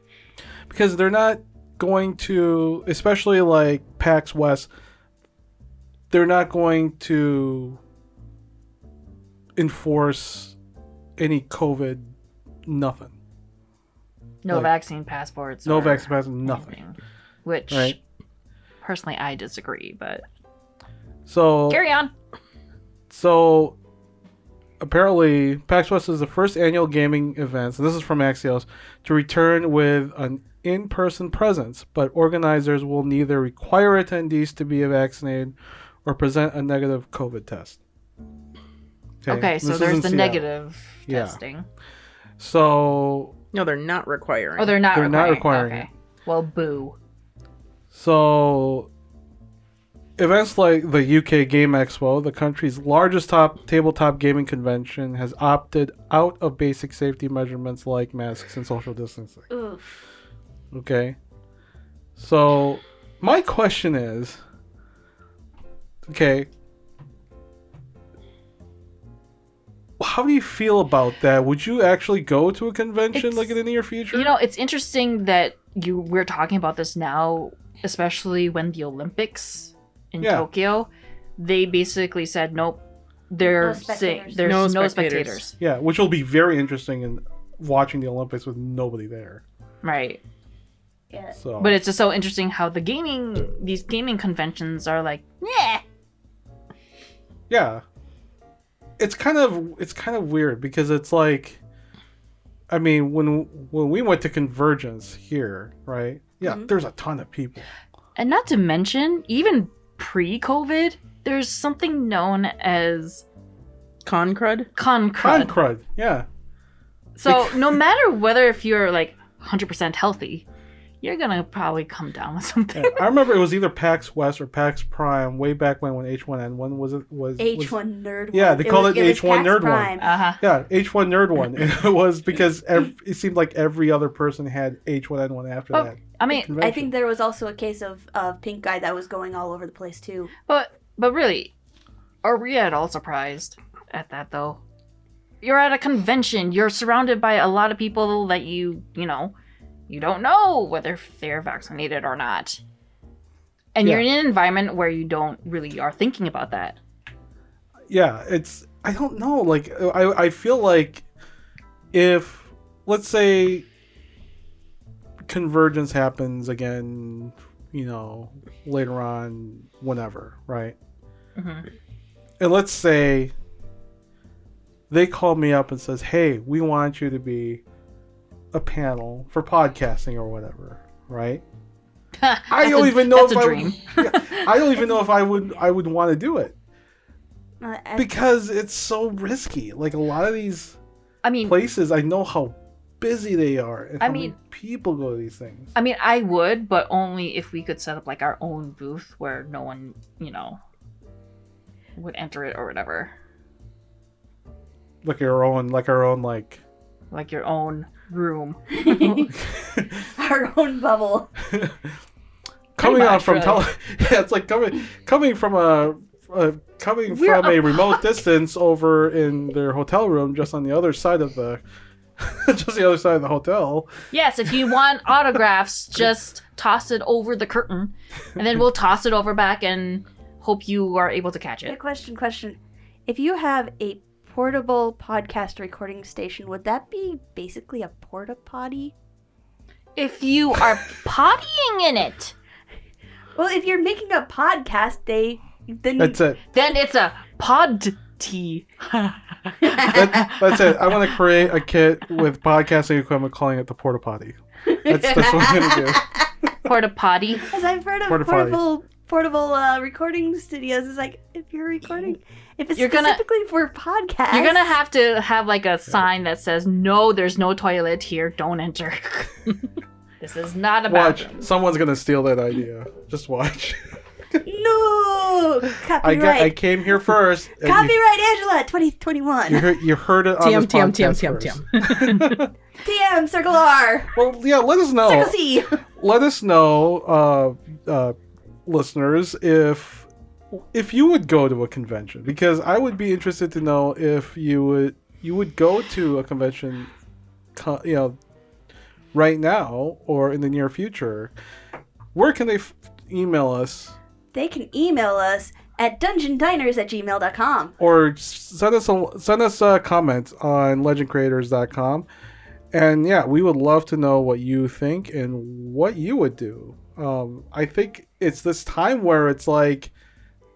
S3: Because they're not going to, especially like PAX West, they're not going to enforce any COVID nothing.
S2: No
S3: Like-
S2: vaccine passports.
S3: No
S2: or
S3: vaccine passes, nothing.
S2: anything, Which,
S3: Right.
S2: personally, I disagree. But
S3: So
S2: carry on.
S3: So apparently, PAX West is the first annual gaming event, and this is from Axios, to return with an in person presence, but organizers will neither require attendees to be vaccinated or present a negative COVID test.
S2: Okay,
S3: this
S2: so
S3: is
S2: there's
S3: in
S2: the
S3: Seattle.
S2: negative
S3: Yeah.
S2: testing.
S3: So,
S4: No, they're not requiring.
S2: Oh, they're not.
S3: They're not
S2: requiring.
S3: requiring
S2: okay. Well, boo.
S3: so events like the UK Game Expo, the country's largest top tabletop gaming convention, has opted out of basic safety measurements like masks and social distancing.
S1: Oof.
S3: Okay. So my question is okay. How do you feel about that? Would you actually go to a convention
S2: It's-
S3: like in the near future?
S2: You know, it's interesting that you we're talking about this now, especially when the Olympics in
S3: Yeah.
S2: Tokyo, they basically said nope.
S1: No
S2: They're saying
S1: spectators.
S2: there's
S4: No
S2: no,
S4: spectators.
S2: spectators.
S3: yeah, which will be very interesting in watching the Olympics with nobody there.
S2: Right.
S1: Yeah.
S3: So
S2: But it's just so interesting how the gaming these gaming conventions are like, yeah.
S3: yeah it's kind of it's kind of weird because it's like i mean when when we went to convergence here right yeah
S2: Mm-hmm.
S1: Mhm.
S3: there's a ton of people
S2: And not to mention, even pre-COVID, there's something known as
S4: Con crud?
S2: con
S3: crud,
S2: crud.
S3: crud. yeah
S2: So no matter whether if you're like 100% healthy, you're gonna probably come down with something.
S3: Yeah. i remember it was either pax west or pax prime way back when when h1n1 was it was
S1: H1
S3: was-
S1: nerd.
S3: Yeah,
S1: one.
S3: they call
S1: was-
S3: it
S1: was
S3: H1
S1: Pax
S3: nerd one.
S1: Prime.
S2: Uh huh.
S3: yeah h1 nerd one and it was because ev- it seemed like every other person had h1n1 after
S2: Oh,
S3: that
S2: I mean,
S1: I
S3: convention.
S1: think there was also a case of, of pink eye that was going all over the place too.
S2: but but really, are we at all surprised at that though? You're at a convention. You're surrounded by a lot of people that you you know you don't know whether they're vaccinated or not, and you're in an environment where you don't really are thinking about that.
S3: yeah it's i don't know like i i feel like if let's say convergence happens again you know later on whenever right
S2: Mm-hmm.
S3: and let's say they call me up and says hey we want you to be a panel for podcasting or whatever right i don't even know
S2: that's
S3: if
S2: a
S3: I-
S2: dream.
S3: Yeah, i don't even know if i would i would want to do it
S1: Uh, I-
S3: because it's so risky. Like a lot of these
S2: I mean,
S3: places, I know how busy they are and
S2: Mm-hmm. I
S3: how many
S2: mean-
S3: people go to these things.
S2: I mean, I would, but only if we could set up like our own booth where no one, you know, would enter it or whatever.
S3: Like our own, like our own, like
S2: Like your own room.
S1: our own bubble.
S3: coming out
S2: much,
S3: from
S2: really.
S3: tele- yeah, it's like coming coming from a uh, coming
S2: We're
S3: from a
S2: a
S3: remote distance over in their hotel room, just on the other side of the, just the other side of the hotel.
S2: Yes, if you want autographs, just toss it over the curtain, and then we'll toss it over back and hope you are able to catch
S1: Good
S2: it.
S1: question, question. If you have a portable podcast recording station, would that be basically a porta potty?
S2: If you are pottying in it,
S1: Well, if you're making a podcast, they then
S3: That's it.
S2: then it's a pod tea.
S3: That, that's it. I want to create a kit with podcasting equipment, calling it the porta potty. That's, that's what I'm gonna do.
S2: Porta potty.
S1: As I've heard of
S3: Porta potty.
S1: portable portable uh, recording studios, it's like if you're recording, if it's
S2: You're gonna-
S1: specifically for podcasts,
S2: You're gonna have to have like a sign that says, "No, there's no toilet here. Don't enter." this is not a
S3: Watch,
S2: bathroom.
S3: someone's gonna steal that idea. Just watch.
S1: no
S3: I
S1: copyright.
S3: got, I came here first. and you-
S1: Copyright Angela
S3: You
S1: 2021.
S3: heard, you heard it on
S4: TM,
S3: this
S4: TM, TM,
S3: podcast
S4: TM,
S3: first.
S1: TM Circle R
S3: Well, yeah, let us know.
S1: Circle C.
S3: Let us know, uh, uh, listeners, if if you would go to a convention because I would be interested to know if you would you would go to a convention, co- you know, right now or in the near future. Where can they f- email us
S1: They can email us at dungeondiners at gmail.com.
S3: or s- send us a send us a comment on legendcreators.com and yeah we would love to know what you think and what you would do um, i think it's this time where it's like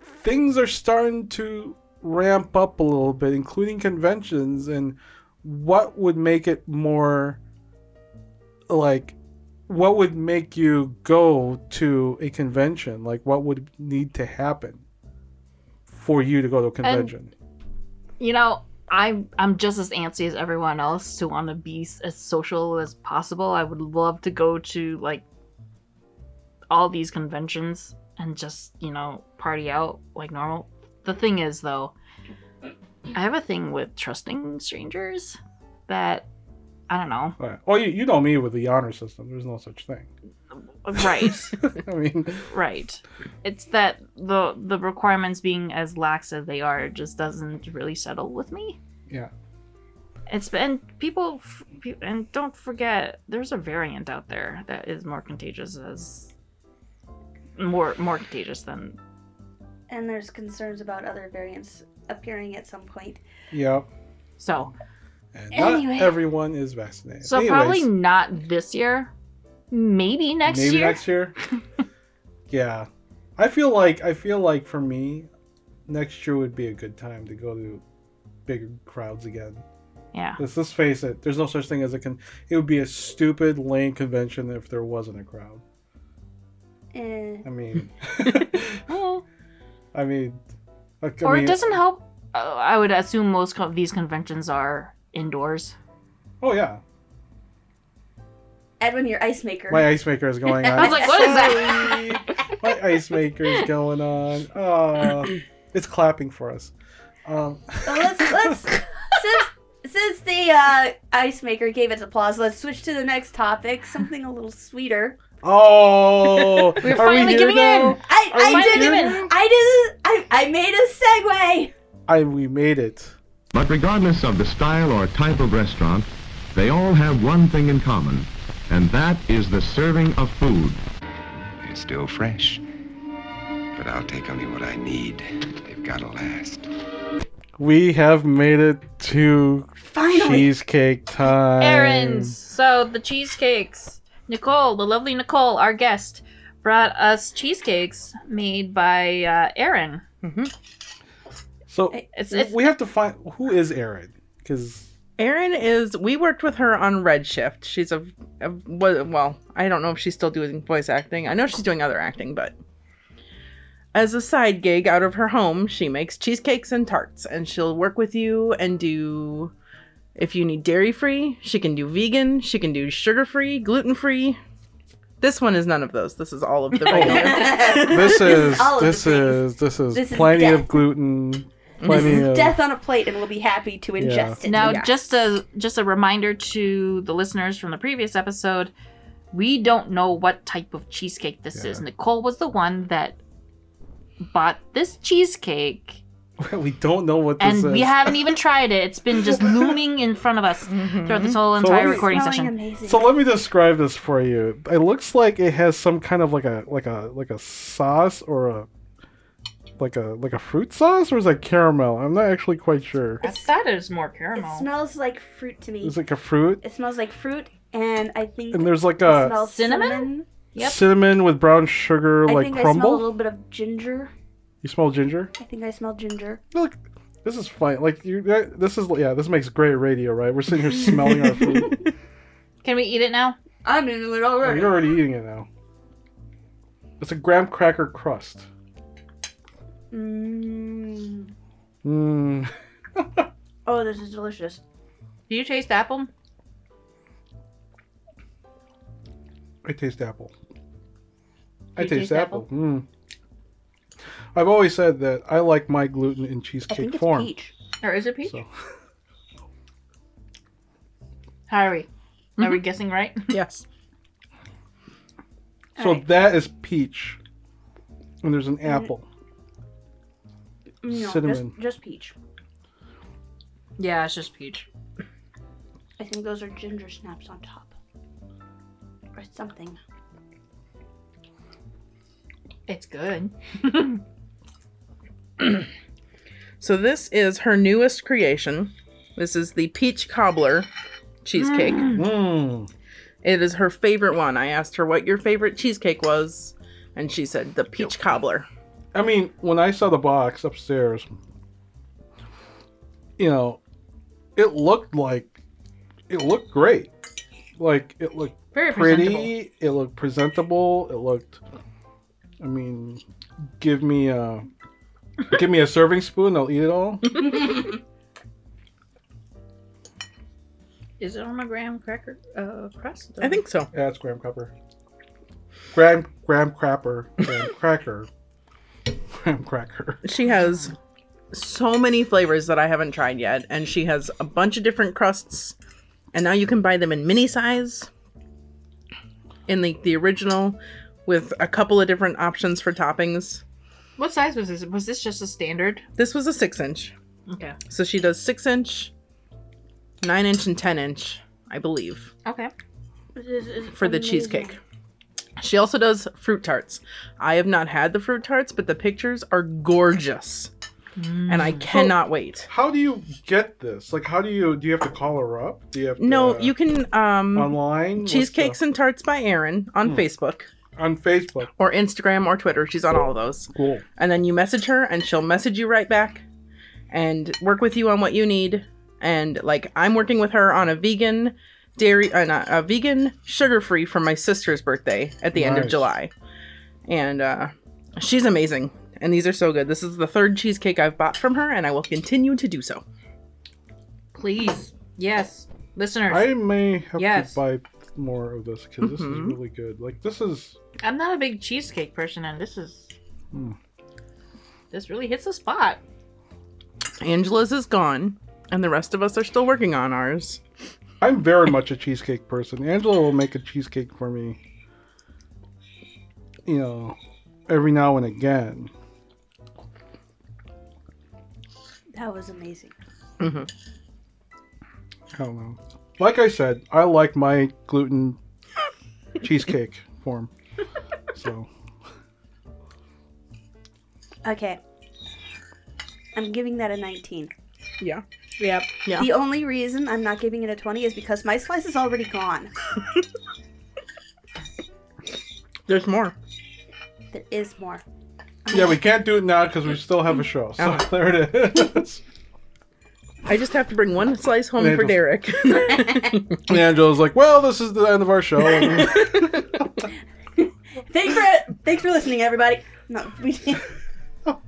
S3: things are starting to ramp up a little bit including conventions and what would make it more like what would make you go to a convention like what would need to happen for you to go to a convention
S2: You know, I I'm just as antsy as everyone else to want to be s- as social as possible. I would love to go to like all these conventions and just you know party out like normal. The thing is though, I have a thing with trusting strangers that I don't know.
S3: Right. Well, you, you know me with the honor system. There's no such thing.
S2: Right.
S3: I mean,
S2: Right. It's that the the requirements being as lax as they are just doesn't really settle with me.
S3: Yeah.
S2: It's been people f- pe- and don't forget there's a variant out there that is more contagious as more more contagious than
S1: And there's concerns about other variants appearing at some point.
S3: yeah.
S2: so
S3: And
S1: Anyway.
S3: not everyone is vaccinated.
S2: so
S3: Anyways,
S2: probably not this year. Maybe next
S3: maybe
S2: year.
S3: next year. yeah, I feel like I feel like for me, next year would be a good time to go to bigger crowds again.
S2: Yeah.
S3: Let's, let's face it. There's no such thing as a con. It would be a stupid lame convention if there wasn't a crowd.
S1: Eh.
S3: I mean,
S2: Eh.
S3: I mean, like, I
S2: or
S3: mean-
S2: it doesn't help. Uh, I would assume most of these conventions are indoors.
S3: Oh yeah,
S1: Edwin, your ice maker.
S3: my ice maker is going on.
S2: I was like, what is that?
S3: My ice maker is going on. Oh, it's clapping for us. Um,
S1: So let's let's since since the uh, ice maker gave its applause, let's switch to the next topic. Something a little sweeter.
S3: oh,
S2: We're
S3: are
S2: finally
S3: we here
S2: giving
S3: now?
S2: in.
S1: I
S2: Are we
S1: I
S2: finally
S1: did
S2: giving in?
S1: I did I I made a segue.
S3: I we made it.
S6: But regardless of the style or type of restaurant, they all have one thing in common, and that is the serving of food.
S7: It's still fresh. But I'll take only what I need. They've got to last.
S3: We have made it to
S1: Finally.
S3: cheesecake time.
S2: errands. So the cheesecakes. Nicole, the lovely Nicole, our guest, brought us cheesecakes made by uh, Aaron.
S3: So
S2: It's, it's
S3: we have to find who is Aaron because
S4: Erin is. We worked with her on Redshift. She's a, a wa- well. I don't know if she's still doing voice acting. I know she's doing other acting, but as a side gig out of her home, she makes cheesecakes and tarts, and she'll work with you and do. If you need dairy free, she can do vegan. She can do sugar free, gluten free. This one is none of those. This is all of the regular.
S3: this is
S1: all of the
S3: this
S1: things.
S3: is uh, this is
S1: This is
S3: plenty
S1: death.
S3: of gluten.
S1: this
S3: Plenty
S1: is
S3: of
S1: death on a plate, and we'll be happy to ingest it.
S2: now
S4: yes.
S2: just a just a reminder to the listeners from the previous episode. We don't know what type of cheesecake this is. Nicole was the one that bought this cheesecake
S3: we don't know what this
S2: and
S3: is.
S2: we haven't even tried it. It's been just looming in front of us throughout this whole
S3: So
S2: entire
S3: let me-
S2: recording
S1: Smelling
S2: session.
S1: amazing.
S3: so let me describe this for you. It looks like it has some kind of like a like a like a sauce or a like a like a fruit sauce or is it caramel? I'm not actually quite sure.
S2: I thought it was more
S1: it
S2: caramel.
S1: smells like fruit to me.
S3: It's like a fruit
S1: it smells like fruit, and I think
S3: and uh, there's like
S1: I
S3: a
S1: smell
S2: Cinnamon?
S1: cinnamon.
S2: Yep.
S3: cinnamon with brown sugar
S1: I
S3: like
S1: think I smell
S3: crumble.
S1: a little bit of ginger.
S3: you smell ginger?
S1: I think I smell ginger.
S3: Look, this is fine. Like you, that- this is yeah, this makes great radio, right? We're sitting here smelling our food.
S2: Can we eat it now?
S1: I'm in it
S3: Oh,
S1: already.
S3: you're already eating it now. It's a graham cracker crust.
S1: Mm.
S3: Mmm.
S1: Oh, this is delicious.
S2: Do you taste apple?
S3: I taste apple. I
S2: You
S3: taste, apple. Mm. I've always said that I like my gluten in
S1: I think
S3: cheesecake
S1: it's
S3: form.
S1: peach.
S2: Or is it peach?
S3: So
S2: How are we? Are we guessing right?
S4: Yes.
S3: so
S1: Alright.
S3: that is peach. And there's an apple.
S1: No, just-
S3: cinnamon.
S1: Just, peach.
S2: Yeah, it's just peach.
S1: I think those are ginger snaps on top, or something.
S2: It's good.
S4: So this is her newest creation. This is the peach cobbler cheesecake.
S1: Mm.
S3: Mmm.
S4: It is her favorite one. I asked her what your favorite cheesecake was, and she said the peach cobbler.
S3: I mean, when I saw the box upstairs, you know, it looked like it looked great. Like it looked
S2: Very presentable.
S3: pretty. It looked presentable. It looked. I mean, give me a give me a serving spoon. I'll eat it all.
S2: Is it on a graham cracker uh, crust?
S4: I think so.
S3: Yeah, it's graham cracker. Graham graham crapper graham cracker. Graham cracker.
S4: She has so many flavors that I haven't tried yet, and she has a bunch of different crusts. And now you can buy them in mini size, in the, the original, with a couple of different options for toppings.
S2: What size was this? Was this just a standard?
S4: This was a six inch.
S2: Okay.
S4: So she does six inch, nine inch, and 10 inch, I believe,
S2: Okay.
S1: This is
S4: for the
S1: amazing.
S4: cheesecake. She also does fruit tarts. I have not had the fruit tarts, but the pictures are gorgeous. And I cannot wait.
S3: How do you get this? Like, how do you do? You have to call her up. Do you have to,
S4: No, you can um
S3: online What's
S4: Cheesecakes
S3: the-
S4: and Tarts by Erin on Facebook
S3: on Facebook.
S4: or Instagram or Twitter. She's on all of those.
S3: Cool.
S4: And then you message her and she'll message you right back and work with you on what you need. And like I'm working with her on a vegan dairy uh, not, a vegan sugar free for my sister's birthday at the end of
S3: Nice.
S4: July. And uh she's amazing. And these are so good. This is the third cheesecake I've bought from her and I will continue to do so.
S2: Please. Yes. Listeners.
S3: I may have
S2: Yes.
S3: to buy more of this because this is
S4: Mhm.
S3: really good. Like, this is
S2: I'm not a big cheesecake person, and this is.
S3: Hmm.
S2: This really hits the spot.
S4: Angela's is gone and the rest of us are still working on ours.
S3: I'm very much a cheesecake person. Angela will make a cheesecake for me, you know, every now and again.
S1: That was amazing.
S3: I don't know. Like I said, I like my gluten cheesecake form. So,
S1: Okay. I'm giving that a 19.
S4: Yeah. Yep. Yeah.
S1: The only reason I'm not giving it a 20 is because my slice is already gone.
S4: There's more.
S1: There is more.
S3: yeah, we can't do it now because we still have a show. So, there it is.
S4: I just have to bring one slice home
S3: There
S4: for
S3: you go.
S4: Derek.
S3: and Angela's like, well, this is the end of our show. And
S1: Thanks for thanks for listening, everybody. No, we didn't.
S4: Oh.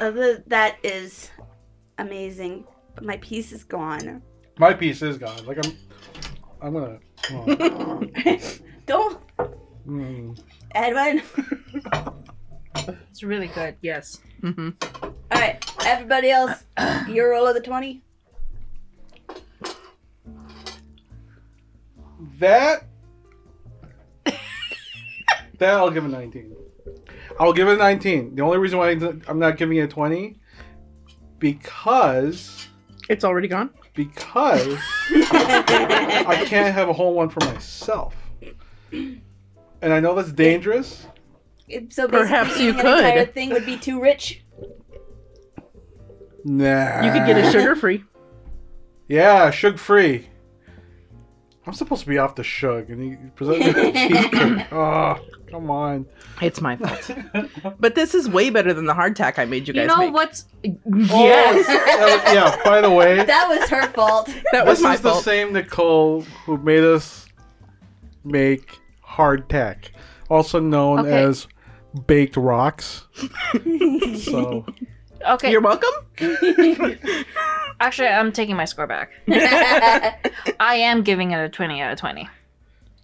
S1: Uh, th- that is amazing. But my piece is gone.
S3: my piece is gone. Like, I'm. I'm gonna. oh,
S1: Don't,
S4: Hmm.
S3: mm.
S1: Edwin.
S2: It's really good. Yes.
S4: Mm-hmm.
S1: All right, everybody else, your roll of the 20.
S3: That. that I'll give a 19. I'll give it a 19. The only reason why I'm not giving it a 20 because
S4: It's already gone.
S3: because I can't have a whole one for myself. And I know that's dangerous.
S1: It- So basically,
S4: Perhaps you
S1: eating an entire
S4: could.
S1: thing would be too rich.
S3: Nah.
S4: You could get it sugar free.
S3: Yeah, sugar free. I'm supposed to be off the shug, and he presented me with a cheesecake. Oh, come on.
S4: It's my fault. but this is way better than the hardtack I made you guys
S2: You know
S4: make.
S2: what's yes.
S3: Oh, yeah. By the way,
S1: That was her fault.
S4: That was
S3: this
S4: my
S3: is the
S4: fault.
S3: same Nicole who made us make hardtack, also known
S2: Okay.
S3: as baked rocks. so
S2: Okay.
S4: You're welcome.
S2: Actually, I'm taking my score back. I am giving it a 20 out of 20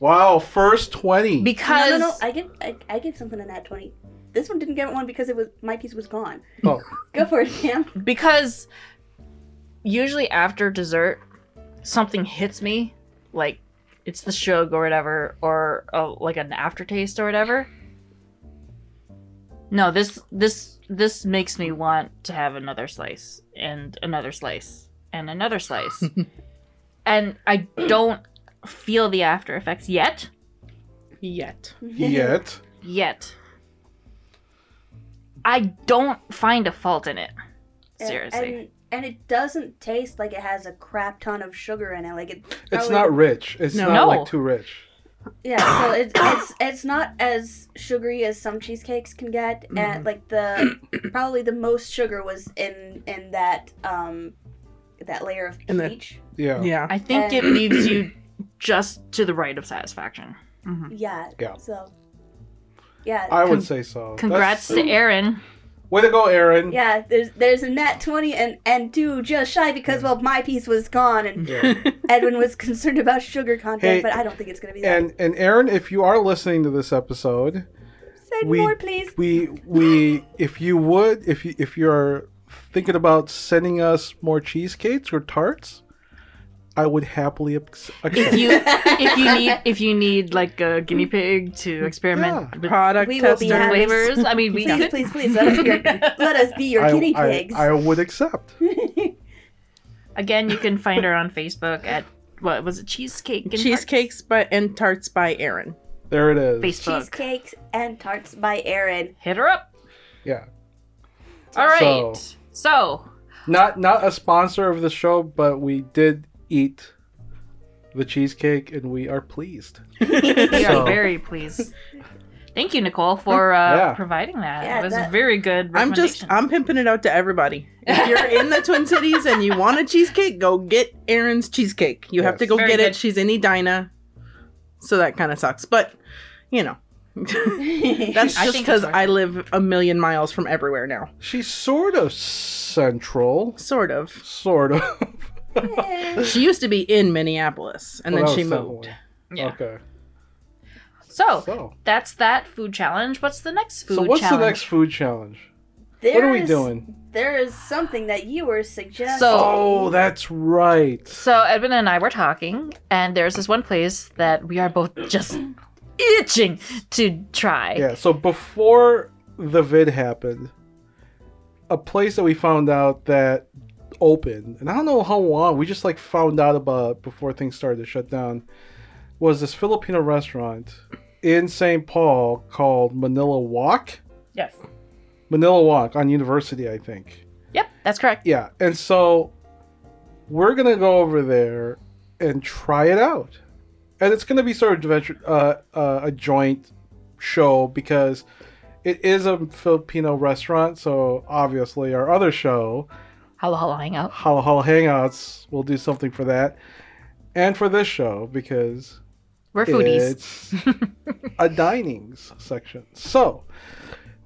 S3: wow, first twenty.
S2: because
S1: No, no, no. I give I, I give something in that twenty. This one didn't get one because it was my piece was gone.
S3: Oh.
S1: Go for it, Pam.
S2: because usually after dessert something hits me like it's the shug or whatever or uh, like an aftertaste or whatever no this this this makes me want to have another slice and another slice and another slice and i don't feel the after effects yet
S4: Yet.
S3: Yet,
S2: yet i don't find a fault in it seriously
S1: And, and it doesn't taste like it has a crap ton of sugar in it. Like it.
S3: it's
S1: probably-
S3: not rich. It's
S4: No.
S3: not
S2: No.
S3: like too rich.
S1: Yeah. So it's it's it's not as sugary as some cheesecakes can get.
S3: Mm-hmm.
S1: And like the probably the most sugar was in in that um that layer of
S4: In the-
S1: peach.
S3: Yeah.
S4: Yeah.
S2: I think it
S1: And-
S2: leaves you just to the right of satisfaction.
S1: Yeah.
S3: Mm-hmm. Yeah.
S1: So. Yeah.
S3: I would say so. That's-
S2: Congrats to Aaron.
S3: Way to go, Aaron.
S1: yeah, there's there's a nat twenty and and two just shy
S3: Mm.
S1: because well my piece was gone and
S3: Yeah.
S1: Edwin was concerned about sugar content,
S3: Mm-hmm. Hey,
S1: but I don't think it's gonna be that.
S3: And and Aaron, if you are listening to this episode,
S1: Send
S3: we-
S1: more, please.
S3: we we if you would if you if you're thinking about sending us more cheesecakes or tarts, I would happily ac-
S2: If
S3: accept.
S2: you if you need if you need like a guinea pig to experiment
S3: Yeah.
S2: with
S4: Product
S1: We will be
S4: tester.
S2: certain
S1: having-
S2: flavors, I mean we
S1: Please,
S2: could
S1: please, please let us be your, let us be your
S3: I,
S1: guinea
S3: I-
S1: pigs.
S3: I would accept.
S2: again you can find her on Facebook at what was it cheesecake and
S4: Cheesecakes by and tarts by Aaron.
S3: There it is.
S2: Tarts? Facebook.
S1: Cheesecakes and tarts by Aaron.
S2: Hit her up.
S3: Yeah.
S2: All right.
S3: So-
S2: So,
S3: Not not a sponsor of the show, but we did eat the cheesecake and we are pleased.
S2: we
S3: So-
S2: are very pleased. Thank you, Nicole, for uh,
S3: Yeah.
S2: providing that.
S1: Yeah,
S2: it was
S1: that-
S2: very good.
S4: I'm just
S2: recommendation.
S4: I'm pimping it out to everybody. If you're in the Twin Cities and you want a cheesecake, go get Aaron's cheesecake. You have
S3: Yes.
S4: to go
S2: Very
S4: get
S2: good.
S4: it. She's in Edina. So that kind of sucks. But you know. That's
S2: I
S4: just
S2: think
S4: because
S2: it's worth
S4: I
S2: it.
S4: live a million miles from everywhere now.
S3: She's sort of central,
S4: Sort of.
S3: sort of.
S4: She used to be in Minneapolis and
S3: Well, that
S4: then she
S3: was
S4: moved.
S3: Sentinel.
S2: Yeah.
S3: Okay.
S2: so,
S3: So,
S2: that's that food challenge. What's the next food
S3: so what's
S2: challenge?
S3: the next food challenge?
S1: There's,
S3: what are we doing?
S1: There is something that you were suggesting.
S2: So-
S3: Oh, that's right.
S2: So Edwin and I were talking, and there's this one place that we are both just itching to try.
S3: Yeah, so before the vid happened, a place that we found out that opened, and I don't know how long, we just like found out about it before things started to shut down, was this Filipino restaurant in St. Paul called Manila Walk.
S2: Yes.
S3: Manila Walk on University, I think.
S2: Yep, that's correct.
S3: Yeah, and so we're gonna go over there and try it out, and it's gonna be sort of adventure, uh, uh, a joint show because it is a Filipino restaurant. So obviously, our other show,
S2: Hello, hello, hang out.
S3: Hala Hala Hangouts, will do something for that, and for this show because
S2: We're foodies.
S3: it's a dining section. So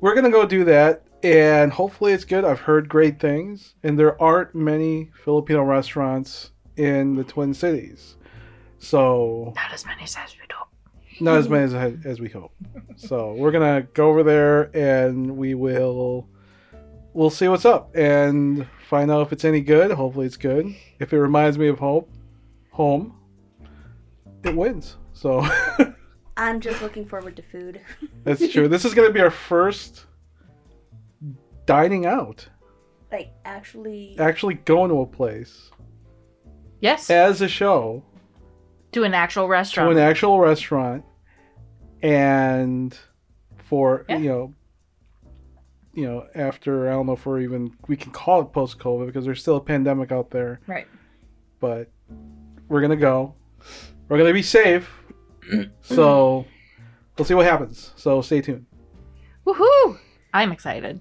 S3: we're gonna go do that, and hopefully it's good. I've heard great things, and there aren't many Filipino restaurants in the Twin Cities, so
S2: Not as many as we do.
S3: not as many as, as we hope. So we're gonna go over there, and we will we'll see what's up and find out if it's any good. Hopefully it's good. If it reminds me of home, home, it wins. So.
S1: I'm just looking forward to food.
S3: That's true. this is gonna be our first dining out.
S1: like actually
S3: Actually going to a place
S2: Yes.
S3: as a show
S2: To an actual
S3: to
S2: restaurant.
S3: an actual restaurant and for
S2: Yeah.
S3: you know you know, after I don't know if we're even we can call it post COVID because there's still a pandemic out there.
S2: right.
S3: but we're gonna go. We're gonna be safe. so we'll see what happens. So stay tuned.
S2: Woohoo! I'm excited.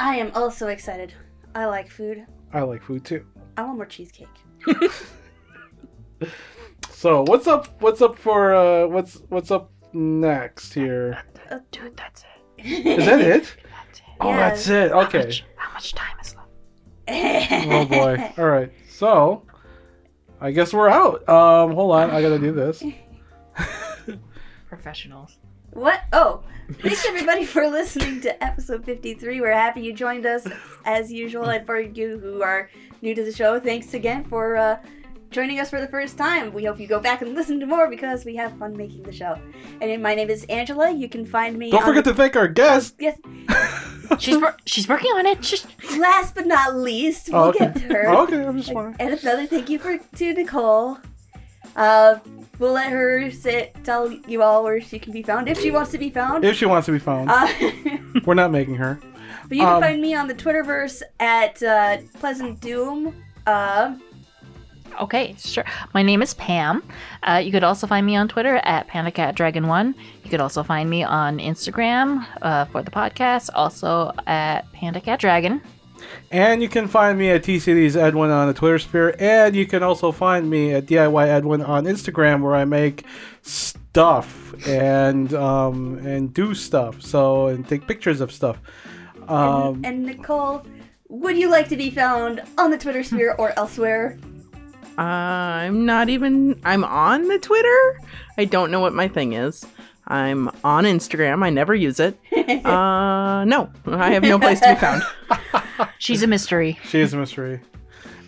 S1: I am also excited. I like food.
S3: I like food too.
S1: I want more cheesecake.
S3: So what's up? What's up for? Uh, what's what's up next here?
S1: Uh,
S2: Dude, that's it.
S3: Is that it?
S2: That's it.
S3: Oh, that's it.
S2: How
S3: Okay.
S2: much, how much time is left?
S3: Oh boy. All right. So I guess we're out. Um, hold on. I gotta do this.
S2: Professionals.
S1: What? Oh, thanks everybody for listening to episode 53. We're happy you joined us as usual. And for you who are new to the show, thanks again for uh, joining us for the first time. We hope you go back and listen to more because we have fun making the show. And my name is Angela. You can find me.
S3: Don't
S1: on-
S3: forget to thank our guest.
S1: Yes.
S2: She's wor- she's working on it. She's-
S1: Last but not least, we'll
S3: Oh, okay.
S1: get to her.
S3: Oh, okay. I'm just wondering.
S1: And another thank you for to Nicole. Uh, we'll let her sit, tell you all where she can be found if she wants to be found.
S3: If she wants to be found,
S1: Uh,
S3: we're not making her.
S1: But you can
S3: Um,
S1: find me on the Twitterverse at uh, Pleasant Doom. Uh,
S2: Okay, sure. My name is Pam. Uh, you could also find me on Twitter at PandaCatDragon1. You could also find me on Instagram uh, for the podcast, also at PandaCatDragon.
S3: And you can find me at TCD's Edwin on the Twitter sphere. And you can also find me at DIY Edwin on Instagram, where I make stuff and um, and do stuff. So and take pictures of stuff. Um,
S1: and Nicole, would you like to be found on the Twitter sphere or elsewhere?
S4: I'm not even. I'm on the Twitter. I don't know what my thing is. I'm on Instagram. I never use it. Uh, no, I have no place to be found.
S2: She's a mystery.
S3: she is a mystery.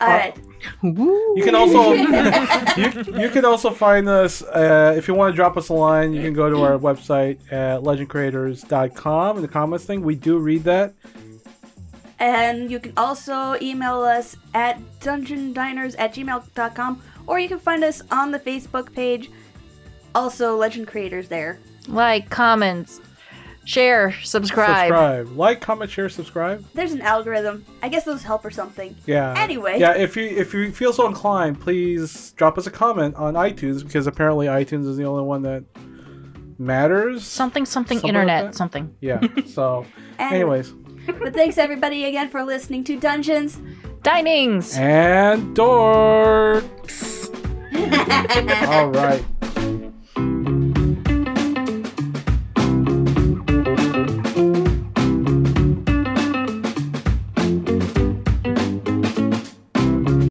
S3: uh,
S1: All right.
S4: Woo.
S3: You can also you, you can also find us uh, if you want to drop us a line. You can go to our website at legendcreators.com in the comments thing. We do read that.
S1: And you can also email us at dungeondiners at gmail.com or you can find us on the Facebook page, also Legend Creators there.
S2: Like, comments, share, subscribe.
S3: Subscribe, like, comment, share, subscribe.
S1: There's an algorithm. I guess those help or something.
S3: Yeah.
S1: Anyway.
S3: Yeah, if you if you feel so inclined, please drop us a comment on iTunes because apparently iTunes is the only one that matters.
S2: Something, something,
S3: Something
S2: internet,
S3: like that?
S2: something.
S3: yeah. So,
S1: And-
S3: anyways,
S1: But thanks everybody again for listening to Dungeons.
S2: Dinings!
S3: and dorks. All right.